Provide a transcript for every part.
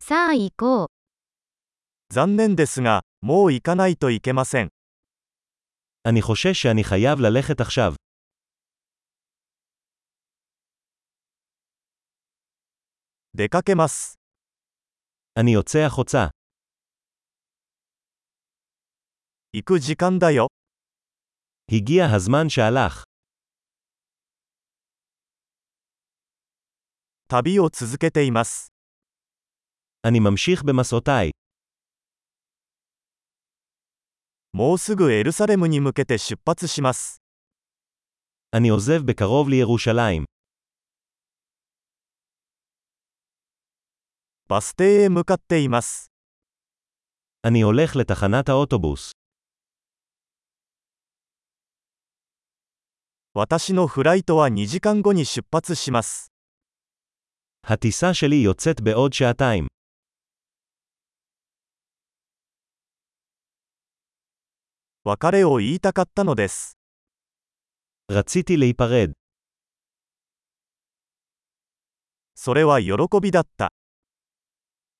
さあ行こう。残念ですが、もう行かないといけません。 אני חושש שאני חייב ללכת עכשיו. 出かけます。 אני יוצא החוצה. 行く時間だよ。 הגיע הזמן שהלך. 旅を続けています。 אני ממשיך במסעותיי. もうすぐエルサレムに向けて出発します。 אני עוזב בקרוב לירושלים. バス停へ向かっています。 אני הולך לתחנת האוטובוס. 私のフライトは2時間後に出発します。 הטיסה שלי יוצאת בעוד שעתיים. 別れを言いたかったのです。 רציתי להיפרד. それは喜びだった。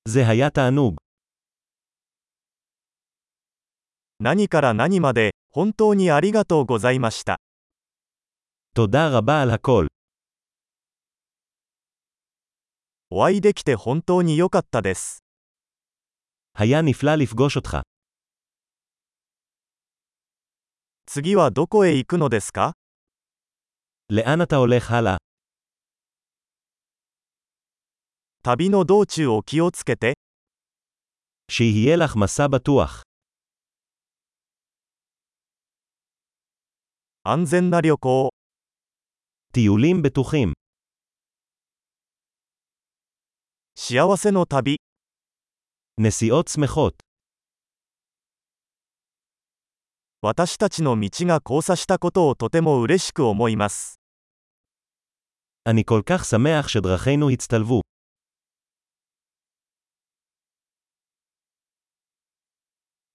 זה היה תענוג. 何から何まで、本当にありがとうございました。 תודה רבה על הכל. お会いできて本当に良かったです。 היה נפלא לפגוש אותך. 次はどこへ行くのですか לאן אתה הולך הלאה? 旅の道中を気をつけて、 שיהיה לך מסע בטוח. 安全な旅行を。 טיולים בטוחים. 幸せの旅、 נסיעות שמחות. 私たちの道が交差したことをとても嬉しく思います。 אני כל כך שמח שדרכינו הצטלבו.